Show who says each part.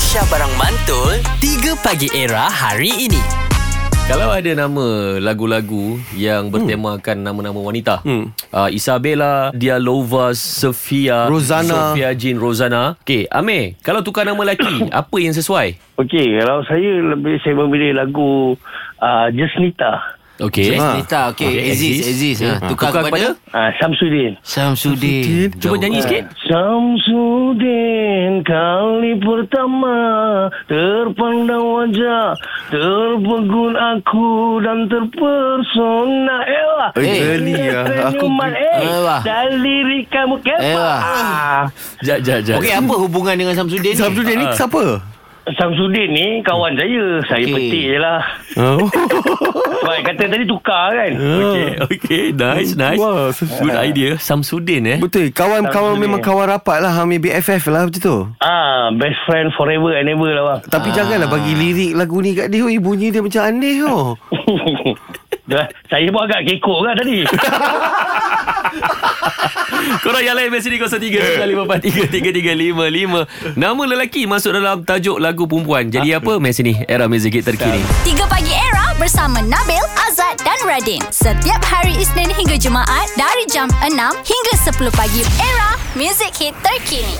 Speaker 1: Syah Barang Mantul 3 Pagi Era hari ini
Speaker 2: Kalau ada nama lagu-lagu yang bertemakan nama-nama wanita. Hmm. Uh, Isabella, Dialova, Sofia,
Speaker 3: Rosanna.
Speaker 2: Sofia Jean, Rosanna. Okey, Amir, kalau tukar nama lelaki, apa yang sesuai?
Speaker 4: Okey, kalau saya lebih saya memilih lagu uh, Jasnita.
Speaker 2: Okey.
Speaker 3: Ha.
Speaker 5: Nita, okey.
Speaker 2: Okey,
Speaker 5: Okay, Aziz,
Speaker 2: Aziz.
Speaker 5: Aziz. Ha. Tukar,
Speaker 2: Tukar
Speaker 5: kepada?
Speaker 4: Uh, Samsudin.
Speaker 5: Samsudin.
Speaker 2: Cuba nyanyi sikit.
Speaker 4: Samsudin kali pertama Terpandang wajah Terpegun aku Dan terpersona Ewa
Speaker 3: Eh, geli lah. Aku-
Speaker 4: Senyuman eh
Speaker 5: ya. Ewa.
Speaker 4: Dan lirik kamu kepa
Speaker 5: Ewa.
Speaker 4: Ah,
Speaker 2: Jap, jap, jap.
Speaker 5: Okey, apa hubungan dengan Samsudin ni?
Speaker 3: Samsudin ni siapa?
Speaker 4: Samsudin ni kawan saya Saya
Speaker 5: Okey.
Speaker 4: petik je lah
Speaker 3: Oh.
Speaker 4: Sebab kata tadi tukar kan
Speaker 5: Ya.
Speaker 4: Okey
Speaker 2: Okey, nice, nice.
Speaker 3: Wah, sus-
Speaker 2: Good idea. Samsudin eh.
Speaker 3: Betul Kawan kawan
Speaker 4: Samsudin.
Speaker 3: memang kawan rapat lah Hamil BFF lah macam tu
Speaker 4: Ah, best friend forever and ever lah bang
Speaker 3: Tapi janganlah bagi lirik lagu ni kat dia oi, Bunyi dia macam aneh oh.
Speaker 4: Dah, saya pun agak kekok kan tadi.
Speaker 2: Korang yang lain Mesej di 0395433355 Nama lelaki Masuk dalam tajuk lagu perempuan Jadi apa Mesej ni Era muzik hit terkini
Speaker 6: 3 Pagi Era bersama Nabil, Azad dan Radin. Setiap hari Isnin hingga Jumaat dari jam 6 hingga 10 pagi. Era, music hit terkini.